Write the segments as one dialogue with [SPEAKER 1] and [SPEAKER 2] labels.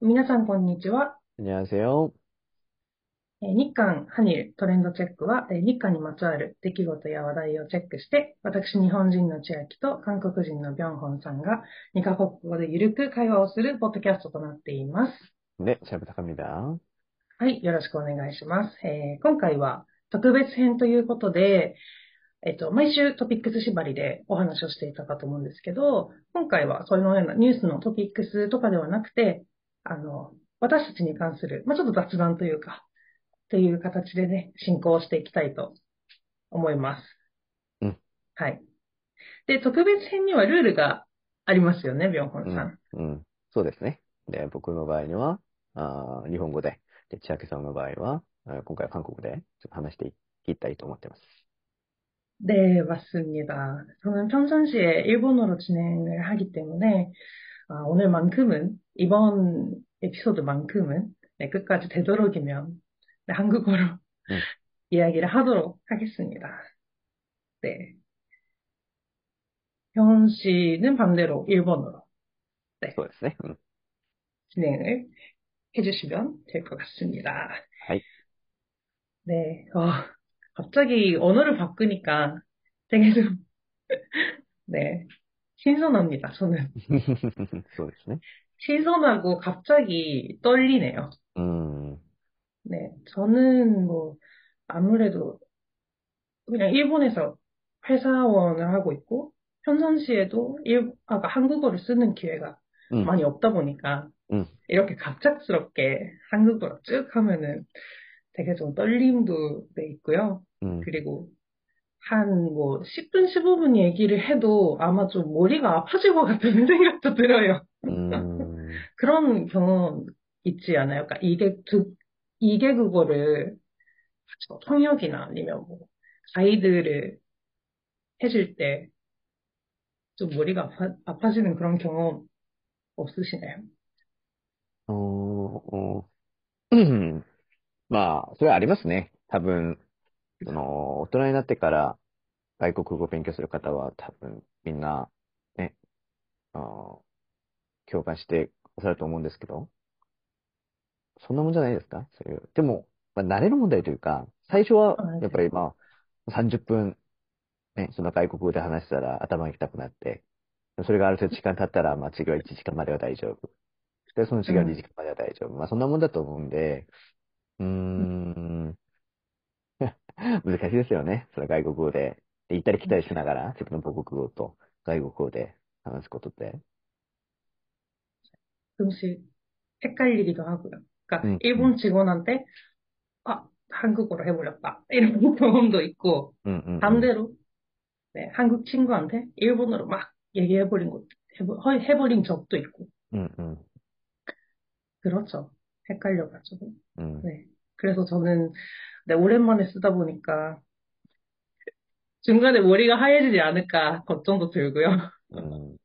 [SPEAKER 1] 皆さん、こんにちは。
[SPEAKER 2] 안녕하세요.
[SPEAKER 1] えー日韓、ハニル、トレンドチェックは、えー日韓にまつわる出来事や話題をチェックして、私、日本人の千秋と韓国人のビョンホンさんが、2カ国語でゆるく会話をするポッドキャストとなっています。
[SPEAKER 2] 네, 잘 부탁합니다.
[SPEAKER 1] はい、よろしくお願いします。えー今回は特別編ということで、えっと、毎週トピックス縛りでお話をしていたかと思うんですけど、今回はそれのようなニュースのトピックスとかではなくて、あの、私たちに関する、まあ、ちょっと雑談というか、という形でね、進行していきたいと思います。
[SPEAKER 2] うん
[SPEAKER 1] はい。で、特別編にはルールがありますよね、ビョンホンさん。
[SPEAKER 2] 음, 음, そうですね。で、僕の場合には、あー日本語で、で、千秋さんの場合は、あー今回は韓国で、ちょっと話していきたいと思ってます。
[SPEAKER 1] 네, 맞습니다. 저는 평상시에 일본어로 진행을 하기 때문에 아, 오늘만큼은 이번 에피소드만큼은 네, 끝까지 되도록이면 네, 한국어로 이야기를 하도록 하겠습니다. 네. 현 씨는 반대로 일본어로
[SPEAKER 2] そうですね。うん
[SPEAKER 1] 진행을 해주시면 될 것 같습니다.
[SPEAKER 2] 아이.
[SPEAKER 1] 네, 어, 갑자기 언어를 바꾸니까 되게 좀, 네, 신선합니다, 저는.
[SPEAKER 2] そうですね。
[SPEAKER 1] 신선하고 갑자기 떨리네요.
[SPEAKER 2] うん
[SPEAKER 1] 네, 저는 뭐, 아무래도 그냥 일본에서 회사원을 하고 있고, 평상시에도 일, 아, 그러니까 한국어를 쓰는 기회가
[SPEAKER 2] うん
[SPEAKER 1] 많이 없다 보니까
[SPEAKER 2] 응.
[SPEAKER 1] 이렇게 갑작스럽게 한국어로 쭉 하면은 되게 좀 떨림도 네, 있고요.
[SPEAKER 2] うん
[SPEAKER 1] 그리고 한 뭐 10분, 15분 얘기를 해도 아마 좀 머리가 아파질 것 같다는 생각도 들어요.
[SPEAKER 2] うん
[SPEAKER 1] 그런 경험 있지 않아요? 그러니까 이게 두, 이게 그거를 통역이나 아니면 뭐 가이드를 해줄 때 좀 머리가 아파, 아파지는 그런 경험 없으시나요?
[SPEAKER 2] おーおーまあ、それはありますね。多分、その、大人になってから外国語を勉強する方は多分みんな、ね、あの共感してくださると思うんですけど、そんなもんじゃないですかそういう。でも、まあ、慣れる問題というか、最初は
[SPEAKER 1] はい
[SPEAKER 2] やっぱりまあ、30分、ね、その外国語で話したら頭が痛くなって、それがある程度時間経ったら、まあ、授業1時間までは大丈夫。で、その授業2時間までは大丈夫。まあ、そんなもんだと思うんで、うーん、 難しいですよね。それ外国語で。で行ったり来たりしながら、自分の母国語と外国語で話すことって。
[SPEAKER 1] 조금씩 헷갈리기도 하고요. 그러니까
[SPEAKER 2] 음,
[SPEAKER 1] 일본 직원한테 아 한국어로 해버렸다 이런 경험도 있고
[SPEAKER 2] うんうん、うん
[SPEAKER 1] 반대로 네, 한국 친구한테 일본어로 막 얘기해버린 것 해버, 허- 해버린 적도 있고
[SPEAKER 2] うんうん。
[SPEAKER 1] 그렇죠. 헷갈려가지고
[SPEAKER 2] うん。
[SPEAKER 1] 네. 그래서 저는 네, 오랜만에 쓰다 보니까 중간에 머리가 하얘지지 않을까 걱정도 들고요.
[SPEAKER 2] うん。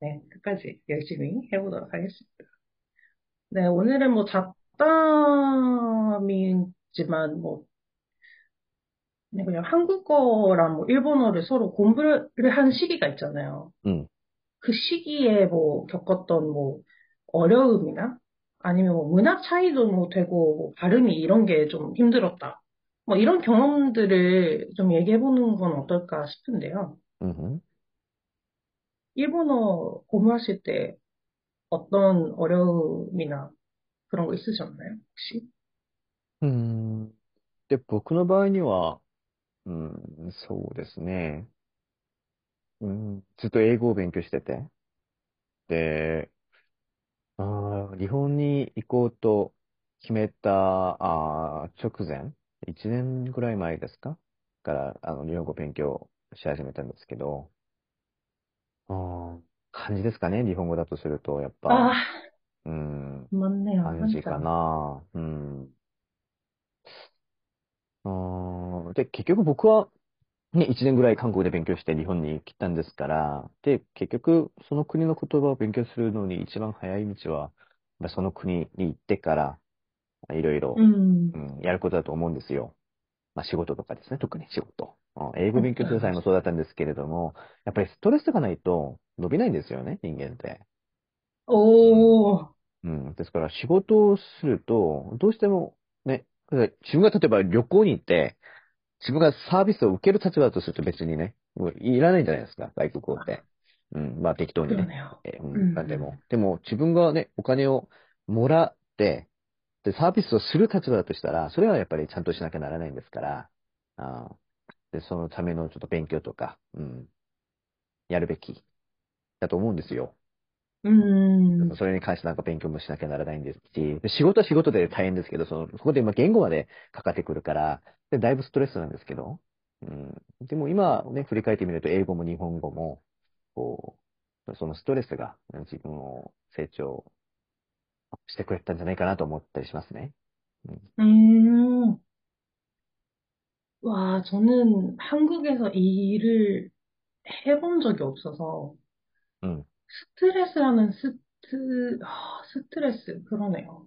[SPEAKER 1] 네, 끝까지 열심히 해보도록 하겠습니다. 네, 오늘은 뭐 잡담이지만 뭐 네, 그냥 한국어랑 뭐 일본어를 서로 공부를 한 시기가 있잖아요.
[SPEAKER 2] 음.
[SPEAKER 1] 그 시기에 뭐 겪었던 뭐 어려움이나 아니면 뭐 문화 차이도 뭐 되고 뭐 발음이 이런 게 좀 힘들었다. 뭐 이런 경험들을 좀 얘기해보는 건 어떨까 싶은데요.
[SPEAKER 2] うんうん。
[SPEAKER 1] 일본어 공부하실 때 어떤 어려움이나 그런 거 있으셨나요, 혹시?
[SPEAKER 2] うん。で、僕の場合には、うん、そうですね。うん、ずっと英語を勉強してて。で、あー日本に行こうと決めた、あー直前、1年ぐらい前ですかから、あの、日本語勉強し始めたんですけど、あー漢字ですかね、日本語だとすると、やっぱ、
[SPEAKER 1] 아,
[SPEAKER 2] うん、
[SPEAKER 1] 맞네요.
[SPEAKER 2] 漢字か
[SPEAKER 1] 한자.
[SPEAKER 2] な。うん。あーで、結局僕は、ね、1年ぐらい韓国で勉強して日本に来たんですから、で、結局、その国の言葉を勉強するのに一番早い道は、まあその国に行ってから、いろいろ、
[SPEAKER 1] 음,
[SPEAKER 2] うん、やることだと思うんですよ。まあ、仕事とかですね、特に仕事。うん英語勉強する際もそうだったんですけれども、やっぱりストレスがないと伸びないんですよね、人間って。
[SPEAKER 1] 오,
[SPEAKER 2] うん。ですから仕事をすると、どうしてもね、自分が例えば旅行に行って、自分がサービスを受ける立場だとすると別にね、もういらないじゃないですか、外国語って。うん、まあ適当
[SPEAKER 1] そ
[SPEAKER 2] に
[SPEAKER 1] う
[SPEAKER 2] ね。
[SPEAKER 1] だよ。
[SPEAKER 2] えー
[SPEAKER 1] う
[SPEAKER 2] うんん、なんでも。でも、自分がね、お金をもらって、で、サービスをする立場だとしたら、それはやっぱりちゃんとしなきゃならないんですから、あーで、そのためのちょっと勉強とか、うん、やるべきだと思うんですよ。
[SPEAKER 1] うーん。
[SPEAKER 2] それに関してなんか勉強もしなきゃならないんですし、で仕事は仕事で大変ですけど、その、そこで今言語までかかってくるから、で、だいぶストレスなんですけど、うん。でも今ね、振り返ってみると英語も日本語も、こう、そのストレスがうん自分を成長してくれたんじゃないかなと思ったりしますね。
[SPEAKER 1] 음. 와, 저는 한국에서 이 일을 해본 적이 없어서
[SPEAKER 2] 음.
[SPEAKER 1] 스트레스라는 스트, 아, 스트레스, 그러네요.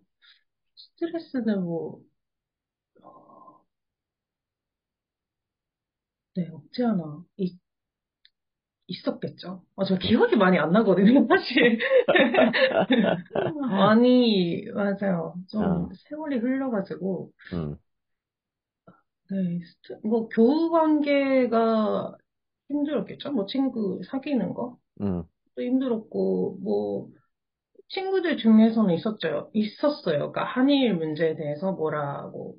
[SPEAKER 1] 스트레스는 뭐, 어, 네, 없지 않아 있, 있었겠죠. 아, 저 기억이 많이 안 나거든요, 사실. 아니, 맞아요. 좀
[SPEAKER 2] 어.
[SPEAKER 1] 세월이 흘러가지고.
[SPEAKER 2] 음.
[SPEAKER 1] 네, 스트- 뭐 교우 관계가 힘들었겠죠. 뭐 친구 사귀는 것도
[SPEAKER 2] 음.
[SPEAKER 1] 힘들었고 뭐 친구들 중에서는 있었죠. 있었어요. 그러니까 한일 문제에 대해서 뭐라고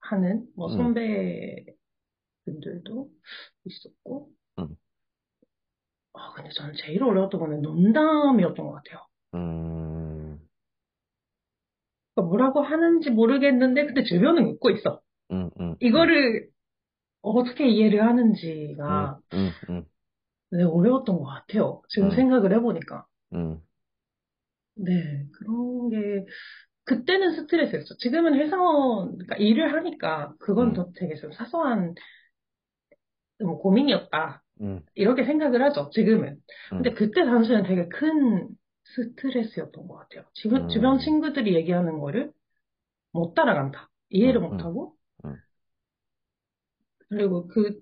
[SPEAKER 1] 하는 뭐
[SPEAKER 2] 음.
[SPEAKER 1] 선배분들도 있었고.
[SPEAKER 2] 음.
[SPEAKER 1] 아, 근데 저는 제일 어려웠던 거는 농담이었던 것 같아요.
[SPEAKER 2] 음.
[SPEAKER 1] 그러니까 뭐라고 하는지 모르겠는데 근데 주변은 웃고 있어.
[SPEAKER 2] 음. 음.
[SPEAKER 1] 이거를 어떻게 이해를 하는지가
[SPEAKER 2] 음. 음. 음.
[SPEAKER 1] 네, 어려웠던 것 같아요. 지금
[SPEAKER 2] 음.
[SPEAKER 1] 생각을 해보니까.
[SPEAKER 2] 음.
[SPEAKER 1] 네, 그런 게, 그때는 스트레스였어. 지금은 회사원, 그러니까 일을 하니까, 그건
[SPEAKER 2] 음.
[SPEAKER 1] 더 되게 좀 사소한 뭐 고민이었다.
[SPEAKER 2] 음.
[SPEAKER 1] 이렇게 생각을 하죠, 지금은.
[SPEAKER 2] 음.
[SPEAKER 1] 근데 그때 당시에는 되게 큰 스트레스였던 것 같아요. 지금,
[SPEAKER 2] 음.
[SPEAKER 1] 주변 친구들이 얘기하는 거를 못 따라간다. 이해를
[SPEAKER 2] 음, 음.
[SPEAKER 1] 못하고,
[SPEAKER 2] 음.
[SPEAKER 1] 그리고 그,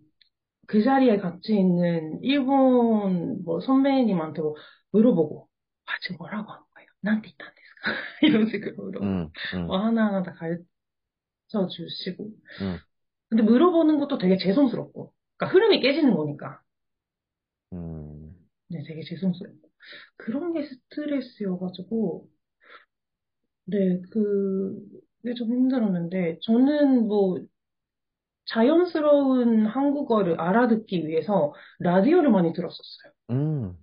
[SPEAKER 1] 그 자리에 같이 있는 일본 뭐 선배님한테 뭐 물어보고, 아, 지금 뭐라고 한 거예요? 나한테 있다는 데스까? 이런 식으로 물어보고,
[SPEAKER 2] 음. 음.
[SPEAKER 1] 뭐 하나하나 다 가르쳐 주시고.
[SPEAKER 2] 음.
[SPEAKER 1] 근데 물어보는 것도 되게 죄송스럽고. 그러니까 흐름이 깨지는 거니까.
[SPEAKER 2] 음.
[SPEAKER 1] 네, 되게 죄송스럽고. 그런 게 스트레스여가지고, 네, 그, 게좀 힘들었는데, 저는 뭐, 자연스러운 한국어를 알아듣기 위해서 라디오를 많이 들었었어요.
[SPEAKER 2] 음.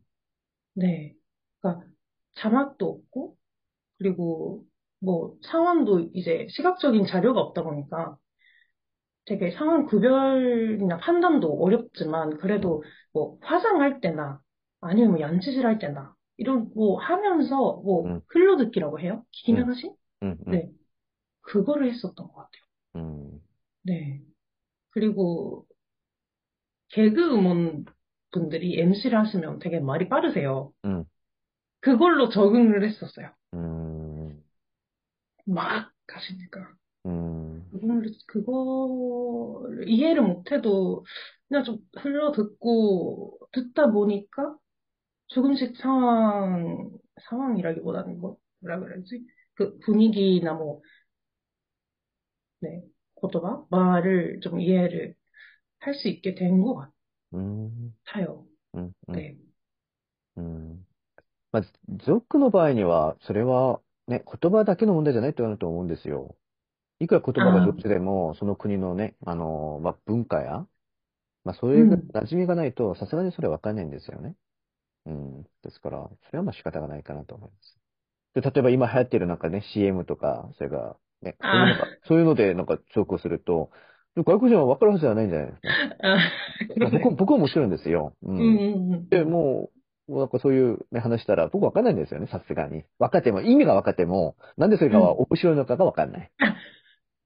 [SPEAKER 1] 네. 그러니까 자막도 없고, 그리고 뭐 상황도 이제 시각적인 자료가 없다 보니까 되게 상황 구별이나 판단도 어렵지만 그래도 뭐 화장할 때나 아니면 뭐 얀치질 할 때나 이런 뭐 하면서 뭐
[SPEAKER 2] 음.
[SPEAKER 1] 흘러듣기라고 해요? 기나가시?
[SPEAKER 2] 음. 음.
[SPEAKER 1] 네. 그거를 했었던 것 같아요.
[SPEAKER 2] 음,
[SPEAKER 1] 네. 그리고 개그 음원 분들이 MC를 하시면 되게 말이 빠르세요.
[SPEAKER 2] 음,
[SPEAKER 1] 그걸로 적응을 했었어요.
[SPEAKER 2] 음,
[SPEAKER 1] 막 가시니까.
[SPEAKER 2] 음,
[SPEAKER 1] 그걸, 그거를 이해를 못해도 그냥 좀 흘러듣고 듣다 보니까 조금씩 상황, 상황이라기보다는 뭐, 뭐라 그러지? 그 분위기나 뭐, 네, 고도가 말을 좀 이해를 할 수 있게 된 것
[SPEAKER 2] うん、
[SPEAKER 1] 같아요.
[SPEAKER 2] うん、うん、
[SPEAKER 1] 네.
[SPEAKER 2] うん。まあ、ゾックの場合には、それは、ね、言葉だけの問題じゃないとなると思うんですよ。いくら言葉がどっちでも、その国のね、あの、まあ、文化や、まあ、そういう
[SPEAKER 1] うん
[SPEAKER 2] 馴染みがないと、さすがにそれわかんないんですよね。うん。ですから、それはまあ仕方がないかなと思います。で、例えば今流行ってるなんかね、CM とか、それが、ね、そういうのが、そういうのでなんか聴講すると、外国人はわかるはずじゃないんじゃないですか。
[SPEAKER 1] 아, 그러네.
[SPEAKER 2] 僕も、僕はもちろんですよ。う
[SPEAKER 1] 음,
[SPEAKER 2] ん。
[SPEAKER 1] 음, 음,
[SPEAKER 2] で、もう、もうなんかそういう、ね、話したら、僕わかんないんですよね、さすがに。分かっても、意味が分かっても、なんでそれが
[SPEAKER 1] 음.
[SPEAKER 2] 面白いのかが分かんない。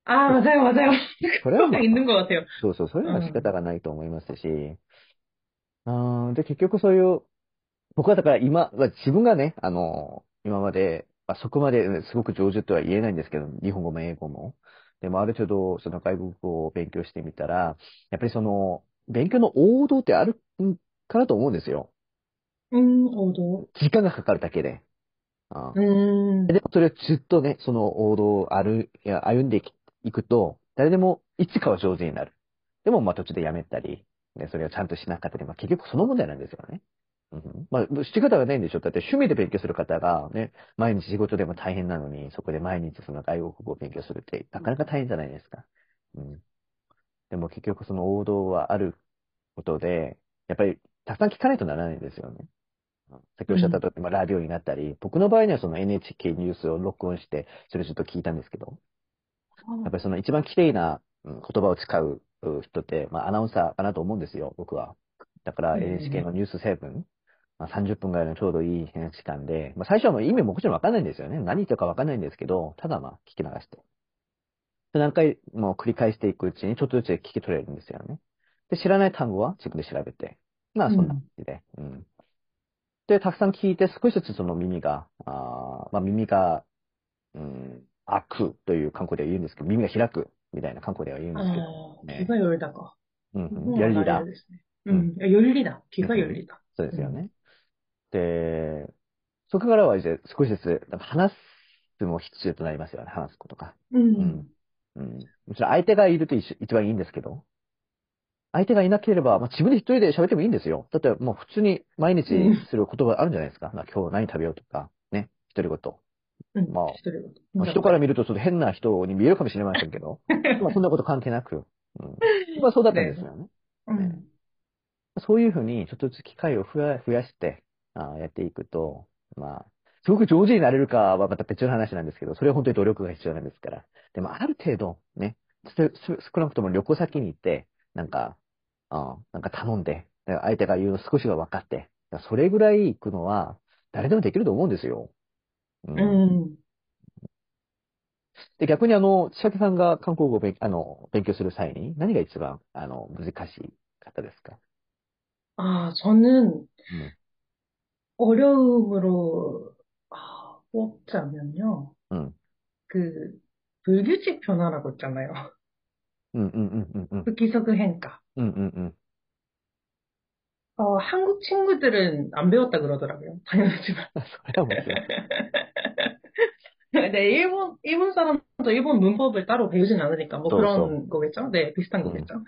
[SPEAKER 1] 아, 맞아요, 맞아요.
[SPEAKER 2] それは
[SPEAKER 1] 그런 게
[SPEAKER 2] まあ、
[SPEAKER 1] 있는 것 같아요.
[SPEAKER 2] そうそう、それは仕
[SPEAKER 1] 음.
[SPEAKER 2] 方がないと思いますし。うん、で、結局そういう、僕はだから今、まあ自分がね、あの、今まで、まあ、そこまでねすごく上手とは言えないんですけど、日本語も英語も。でもある程度、その外国語を勉強してみたら、やっぱりその、勉強の王道ってあるんかなと思うんですよ。
[SPEAKER 1] 음, 오도.
[SPEAKER 2] 時間がかかるだけで。あ
[SPEAKER 1] うーん。
[SPEAKER 2] でもそれをずっとね、その王道を歩、いや、歩んでいくと、誰でもいつかは上手になる。でも、まあ途中でやめたり、ね、それをちゃんとしなかったり、まあ結局その問題なんですよね。うん、まあ、仕方がないんでしょ。だって趣味で勉強する方がね、毎日仕事でも大変なのに、そこで毎日その外国語を勉強するって、なかなか大変じゃないですか。うん。でも結局その王道はあることで、やっぱりたくさん聞かないとならないんですよね。さっきおっしゃったとおり、まあ、ラジオになったり、僕の場合にはその NHK ニュースを録音して、それずっと聞いたんですけど、やっぱりその一番綺麗なうん言葉を使ううん人って、まあ、アナウンサーかなと思うんですよ、僕は。だから
[SPEAKER 1] うんうんうん
[SPEAKER 2] NHK のニュース7、まあ、30分ぐらいのちょうどいい時間で、まあ、最初はもう意味ももちろんわかんないんですよね。何言ってるかわかんないんですけど、ただまあ、聞き流して。で何回も繰り返していくうちに、ちょっとずつ聞き取れるんですよね。で、知らない単語は自分で調べて。まあ、そんな感じで。うん。で、たくさん聞いて、少しずつその耳が、あーまあ、耳が、うん、開くという韓国では言うんですけど、耳が開くみたいな韓国では言うん
[SPEAKER 1] あ
[SPEAKER 2] ですけど、
[SPEAKER 1] あ
[SPEAKER 2] ね
[SPEAKER 1] 気がよりだか。
[SPEAKER 2] うんうん、
[SPEAKER 1] もう
[SPEAKER 2] やり
[SPEAKER 1] あ
[SPEAKER 2] だ
[SPEAKER 1] れ。ですね。うん。よりだ。気がよりだ。
[SPEAKER 2] そうですよね。で、そこからはじゃあ少しずつ、なんか話すも必要となりますよね、話すことが。
[SPEAKER 1] うん。
[SPEAKER 2] うん。もちろん相手がいると一緒一番いいんですけど、相手がいなければ、まあ、自分で一人で喋ってもいいんですよ。だってもう普通に毎日する言葉あるんじゃないですか。なんか今日何食べようとか、ね、独り言。
[SPEAKER 1] うん。
[SPEAKER 2] まあ
[SPEAKER 1] 一人ごと
[SPEAKER 2] まあ、人から見るとちょっと変な人に見えるかもしれませんけ ど、まあそんなこと関係な く、うん。まあそうだったんですよね。
[SPEAKER 1] うん。
[SPEAKER 2] そういうふうに、ちょっとずつ機会を増や増やして、あーやっていくと、まあ、すごく上手になれるかはまた別の話なんですけど、それは本当に努力が必要なんですから。でも、ある程度、ね、すす少なくとも旅行先に行って、なんか、あーなんか頼んで、相手が言うの少しは分かって、それぐらい行くのは、誰でもできると思うんですよ。うん
[SPEAKER 1] うん。
[SPEAKER 2] で、逆にあの、千秋さんが韓国語を勉あの勉強する際に、何が一番、あの、難しかったですか、
[SPEAKER 1] 아, 저는
[SPEAKER 2] 네.
[SPEAKER 1] 어려움으로 아, 뽑자면요.
[SPEAKER 2] 응.
[SPEAKER 1] 그 불규칙 변화라고 있잖아요. 그
[SPEAKER 2] うんうんうんうんうん。
[SPEAKER 1] 불기석 행가.
[SPEAKER 2] うんうんうん。
[SPEAKER 1] 어, 한국 친구들은 안 배웠다 그러더라고요. 당연하지만.
[SPEAKER 2] それはもちろん。
[SPEAKER 1] 근데 네, 일본, 일본 사람도 일본 문법을 따로 배우진 않으니까 뭐
[SPEAKER 2] 또,
[SPEAKER 1] 그런 거겠죠? 네, 비슷한
[SPEAKER 2] 음.
[SPEAKER 1] 거겠죠?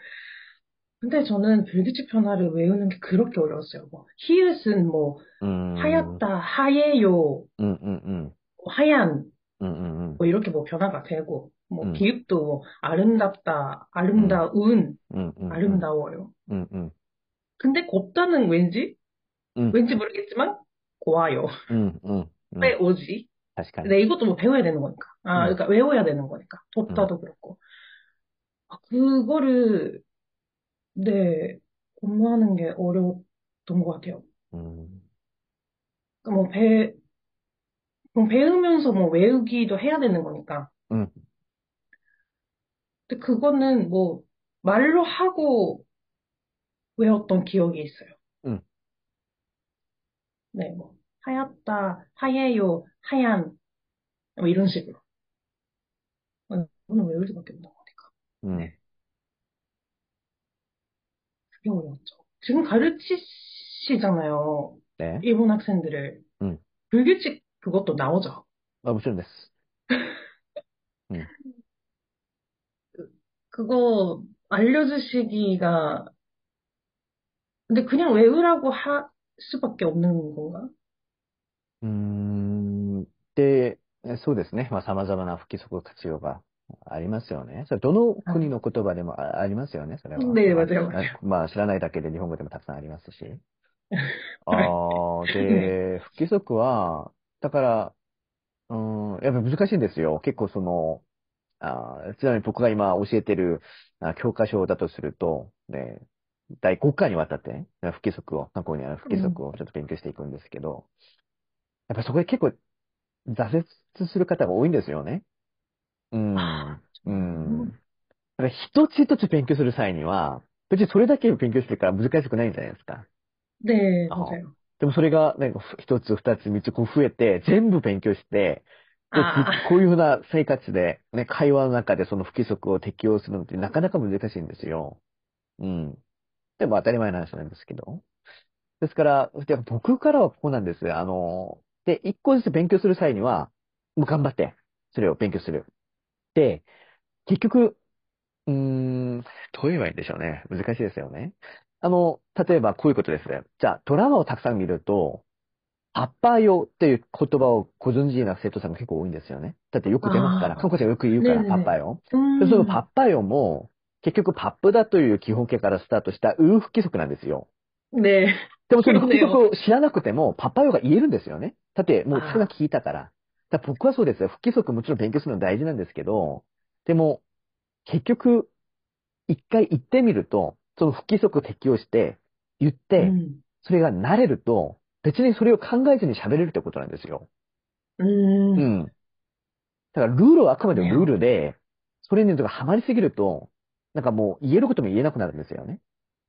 [SPEAKER 1] 근데 저는 불규칙 변화를 외우는 게 그렇게 어려웠어요. 뭐, 히읗은 뭐,
[SPEAKER 2] うーん。
[SPEAKER 1] 하얗다, 하예요,
[SPEAKER 2] うんうん
[SPEAKER 1] 하얀,
[SPEAKER 2] うん。うんうんうん。
[SPEAKER 1] 뭐 이렇게 뭐 변화가 되고 뭐
[SPEAKER 2] 음.
[SPEAKER 1] 기읍도 뭐 아름답다, 아름다운,
[SPEAKER 2] うんうんうん。
[SPEAKER 1] 아름다워요.
[SPEAKER 2] うんうん。
[SPEAKER 1] 근데 곱다는 왠지
[SPEAKER 2] 음.
[SPEAKER 1] 왠지 모르겠지만 고와요.
[SPEAKER 2] うんうん。うん
[SPEAKER 1] 왜 오지?
[SPEAKER 2] 確かに。
[SPEAKER 1] 근데 이것도 뭐 배워야 되는 거니까. 아,
[SPEAKER 2] 음.
[SPEAKER 1] 그러니까 외워야 되는 거니까. 곱다도 그렇고. 아, 그거를 네 공부하는 게 어려웠던 것 같아요.
[SPEAKER 2] うん。
[SPEAKER 1] 그러니까 뭐 배, 뭐 배우면서 뭐 외우기도 해야 되는 거니까.
[SPEAKER 2] 음.
[SPEAKER 1] 근데 그거는 뭐 말로 하고 외웠던 기억이 있어요.
[SPEAKER 2] 음.
[SPEAKER 1] 네, 뭐 하얗다, 하예요, 하얀 뭐 이런 식으로. 어, 오늘 외울 수밖에 없는 거니까
[SPEAKER 2] うん。
[SPEAKER 1] 그게 어려웠죠. 지금 가르치시잖아요,
[SPEAKER 2] ね。
[SPEAKER 1] 일본 학생들을.
[SPEAKER 2] 음.
[SPEAKER 1] 불규칙 그것도 나오죠.
[SPEAKER 2] まあもちろんです。
[SPEAKER 1] 그거 알려주시기가 근데 그냥 외우라고 할 수밖에 없는 건가?
[SPEAKER 2] うーん。で、そうですね。まあ様々な不規則活用がありますよね。それどの国の言葉でもあありますよね、それは。
[SPEAKER 1] ね맞아요
[SPEAKER 2] まあ
[SPEAKER 1] 맞아요
[SPEAKER 2] まあ知らないだけで日本語でもたくさんありますし。あ
[SPEAKER 1] はい
[SPEAKER 2] あ、で、不規則は、だから、うーん、やっぱり難しいんですよ。結構その、あーちなみに僕が今教えてるあ教科書だとすると、ね、第5回にわたって、不規則を、過去にある不規則をちょっと勉強していくんですけど、やっぱそこで結構挫折する方が多いんですよね。うん。うん。だから一つ一つ勉強する際には、別にそれだけ勉強してるから難しくないじゃないですか。
[SPEAKER 1] 네,
[SPEAKER 2] 아.
[SPEAKER 1] 맞아요.
[SPEAKER 2] でもそれが、なんか、ふ一つ、二つ、三つ、こう増えて、全部勉強して、で
[SPEAKER 1] あ
[SPEAKER 2] こういうふうな生活で、ね、会話の中でその不規則を適用するのってなかなか難しいんですよ。うん。でも当たり前の話なんですけど。ですから、で僕からはこうなんです。あの、で、一個ずつ勉強する際には、もう頑張って、それを勉強する。で、結局、うーん、どう言えばいいんでしょうね。難しいですよね。あの、例えばこういうことですね。じゃあ、ドラマをたくさん見ると、葉っぱ用っていう言葉をご存知な生徒さんが結構多いんですよね。だってよく出ますから、
[SPEAKER 1] あー
[SPEAKER 2] 韓国人がよく言うから、
[SPEAKER 1] ねえねえ
[SPEAKER 2] パッパよ。
[SPEAKER 1] うん
[SPEAKER 2] でそのパッパよも、結局パップだという基本形からスタートしたウーフ規則なんですよ。
[SPEAKER 1] で、
[SPEAKER 2] でもその
[SPEAKER 1] そうだ
[SPEAKER 2] 規
[SPEAKER 1] よ
[SPEAKER 2] 則を知らなくても、パパよが言えるんですよね。だって、もうそれが聞いたから。だから僕はそうですよ。不規則もちろん勉強するの大事なんですけど、でも、結局、一回言ってみると、その不規則を適用して、言っ
[SPEAKER 1] う
[SPEAKER 2] て、
[SPEAKER 1] ん
[SPEAKER 2] それが慣れると、別にそれを考えずに喋れるってことなんですよ。
[SPEAKER 1] うん
[SPEAKER 2] う。ん。だから、ルールはあくまでもルールで、それにとかハマりすぎると、なんかもう言えることも言えなくなるんですよね。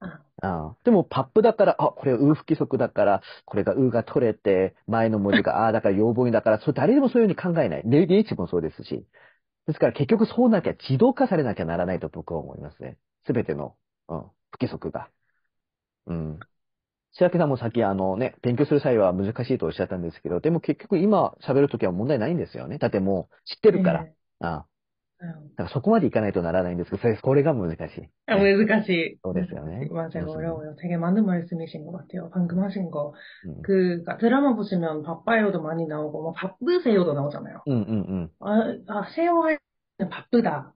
[SPEAKER 1] あ
[SPEAKER 2] ああでも、パップだから、あ、これはウー不規則だから、これがウーが取れて、前の文字があーだから要望にだから、それ誰でもそういうふうに考えない。ネイリーチもそうですし。ですから結局そうなきゃ自動化されなきゃならないと僕は思いますね。すべての、うん、不規則が。うん。白木さんもさっきあのね、勉強する際は難しいとおっしゃったんですけど、でも結局今喋るときは問題ないんですよね。だってもう知ってるから。
[SPEAKER 1] え
[SPEAKER 2] ああ
[SPEAKER 1] えうん
[SPEAKER 2] だからそこまでいかないとならないんですけど、それこれが難しい。
[SPEAKER 1] 아, 왜그까지 지
[SPEAKER 2] 어, 됐어요.
[SPEAKER 1] 맞아요.
[SPEAKER 2] 네. 그렇습니다.
[SPEAKER 1] 어려워요. 되게 많은 말씀이신 것 같아요. 방금 하신 거.
[SPEAKER 2] うん。
[SPEAKER 1] 그, 그러니까 드라마 보시면 바빠요도 많이 나오고, 뭐 바쁘세요도 나오잖아요.
[SPEAKER 2] うんうんうん。
[SPEAKER 1] 아, 아 세요 할 때는 바쁘다.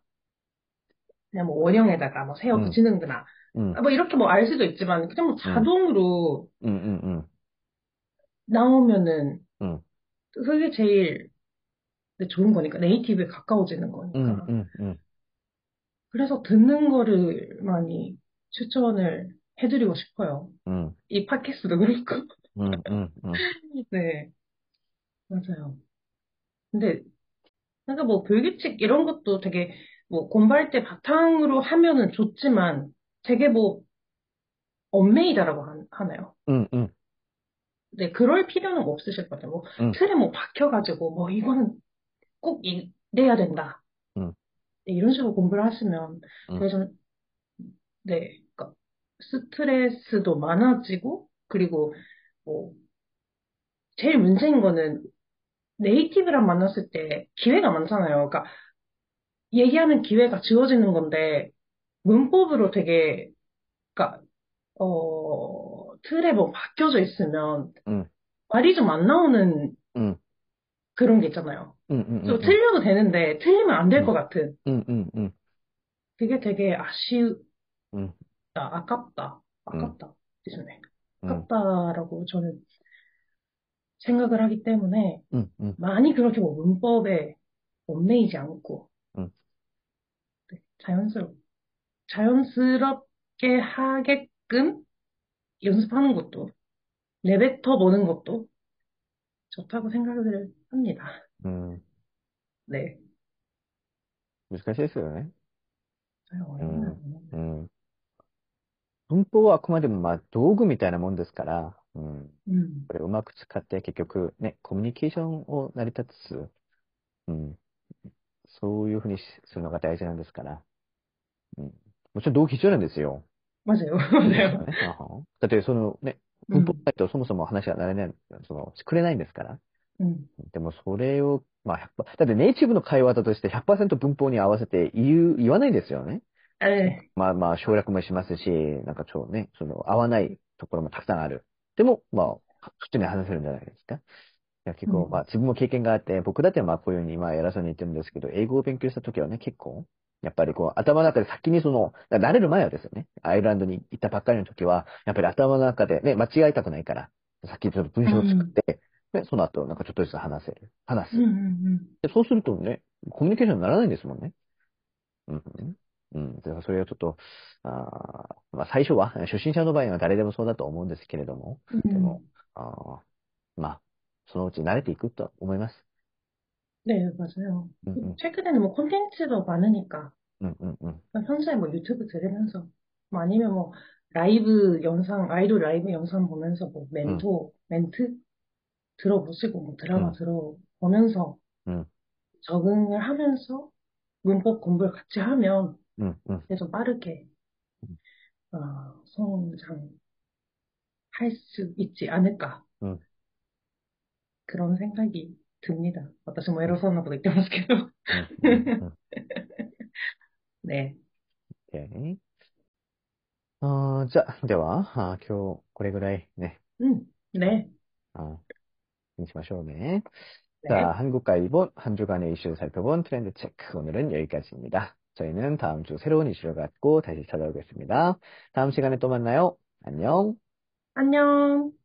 [SPEAKER 1] 그냥 뭐 원형에다가 뭐 세요
[SPEAKER 2] 음.
[SPEAKER 1] 붙이는구나.
[SPEAKER 2] うん。
[SPEAKER 1] 아, 뭐 이렇게 뭐 알 수도 있지만, 그냥 뭐 자동으로
[SPEAKER 2] うんうんうん。
[SPEAKER 1] 나오면은,
[SPEAKER 2] 음.
[SPEAKER 1] 그게 제일 좋은 거니까, 네이티브에 가까워지는 거니까.
[SPEAKER 2] うんうんうん。
[SPEAKER 1] 그래서 듣는 거를 많이 추천을 해드리고 싶어요.
[SPEAKER 2] うん
[SPEAKER 1] 이 팟캐스트도 그렇고.
[SPEAKER 2] うんうんうん。
[SPEAKER 1] 네. 맞아요. 근데, 그러니까 뭐 불규칙 이런 것도 되게 뭐 공부할 때 바탕으로 하면은 좋지만 되게 뭐 얽매이다라고 하- 하나요?
[SPEAKER 2] うんうん。
[SPEAKER 1] 네, 그럴 필요는 없으실 것 같아요. 뭐
[SPEAKER 2] 음.
[SPEAKER 1] 틀에 뭐 박혀가지고 뭐 이거는 꼭 이래야 된다.
[SPEAKER 2] 음.
[SPEAKER 1] 네, 이런 식으로 공부를 하시면
[SPEAKER 2] 음.
[SPEAKER 1] 되게 좀, 네, 그러니까 스트레스도 많아지고 그리고 뭐 제일 문제인 거는 네이티브랑 만났을 때 기회가 많잖아요. 그러니까 얘기하는 기회가 주어지는 건데 문법으로 되게 그러니까 어 틀에 뭐 바뀌어져 있으면
[SPEAKER 2] 음.
[SPEAKER 1] 말이 좀 안 나오는
[SPEAKER 2] 음.
[SPEAKER 1] 그런 게 있잖아요.
[SPEAKER 2] うんうん
[SPEAKER 1] 좀 틀려도 되는데 틀리면 안 될
[SPEAKER 2] 음.
[SPEAKER 1] 것 같은
[SPEAKER 2] うんうんうん。
[SPEAKER 1] 그게 되게 아쉬다
[SPEAKER 2] 음.
[SPEAKER 1] 아깝다 아깝다 대신에
[SPEAKER 2] うん
[SPEAKER 1] 아깝다라고 저는 생각을 하기 때문에
[SPEAKER 2] うんうん。
[SPEAKER 1] 많이 그렇게 뭐 문법에 얽매이지 않고
[SPEAKER 2] 음.
[SPEAKER 1] 네, 자연스럽 자연스럽게 하게끔 연습하는 것도 내뱉어 보는 것도 좋다고 생각을 합니다.
[SPEAKER 2] うん。
[SPEAKER 1] 네.
[SPEAKER 2] 難しいですよね。
[SPEAKER 1] 저요, 어렵나요?
[SPEAKER 2] うん。文法はあくまでもまあ道具みたいなもんですから、うん。
[SPEAKER 1] 음.
[SPEAKER 2] これをうまく使って結局ね、コミュニケーションを成り立つつ、うん。そういうふうにしするのが大事なんですから。うん。もちろん道具必要なんですよ。
[SPEAKER 1] 맞아요. 맞아요.
[SPEAKER 2] ねあはんだってそのね、
[SPEAKER 1] 음.
[SPEAKER 2] 文法ないとそもそも話がなれない、その、くれないんですから。
[SPEAKER 1] 음.
[SPEAKER 2] でもそれを、まあ100%、だってネイティブの会話だとして100%文法に合わせて言う、言わないんですよね。
[SPEAKER 1] 네.
[SPEAKER 2] まあまあ省略もしますし、なんかちょうね、その合わないところもたくさんある。でも、まあ、普通に話せるんじゃないですか。いや結構、
[SPEAKER 1] うん
[SPEAKER 2] まあ自分も経験があって、僕だってまあこういうふうに今偉そうに言ってるんですけど、英語を勉強した時はね、結構、やっぱりこう頭の中で先にその、だから慣れる前はですよね、アイルランドに行ったばっかりの時は、やっぱり頭の中でね、間違えたくないから、先にちょっと文章を作って、ね、その後なんかちょっとずつ話せる。話す
[SPEAKER 1] 음, 。 음, 음.
[SPEAKER 2] で、そうするとね、コミュニケーションにならないんですもんね。うん。うん。だからそれをちょっと、あーまあ最初は、初心者の場合は誰でもそうだと思うんですけれども、
[SPEAKER 1] 음.
[SPEAKER 2] 뭐. あーまあ、そのうち慣れていくと思います。
[SPEAKER 1] 네, 맞아요.
[SPEAKER 2] うんうん。
[SPEAKER 1] 최근에는 뭐 콘텐츠도 많으니까
[SPEAKER 2] うんうんうん。
[SPEAKER 1] 현재 뭐 유튜브 들으면서 뭐 아니면 뭐 라이브 영상 아이돌 라이브 영상 보면서 뭐 멘토 멘트 들어보시고 뭐 드라마
[SPEAKER 2] 음.
[SPEAKER 1] 들어보면서
[SPEAKER 2] 음.
[SPEAKER 1] 적응을 하면서 문법 공부를 같이 하면
[SPEAKER 2] うんうん。
[SPEAKER 1] 그래도 빠르게
[SPEAKER 2] 음.
[SPEAKER 1] 어, 성장할 수 있지 않을까
[SPEAKER 2] 음.
[SPEAKER 1] クラウン戦会議、トゥミーだ。私も偉そうなこと言ってますけ ど。
[SPEAKER 2] うんうんうん
[SPEAKER 1] ね。
[SPEAKER 2] OK あーじゃあ、では、あー今日これぐらいね、
[SPEAKER 1] うん。ね。
[SPEAKER 2] あーにしましょうね。자,
[SPEAKER 1] ね
[SPEAKER 2] 한국과 일본 한 주간의 이슈를 살펴본 트렌드 체크. 오늘은 여기까지입니다. 저희는 다음 주 새로운 이슈를 갖고 다시 찾아오겠습니다. 다음 시간에 또 만나요. 안녕.
[SPEAKER 1] 안녕.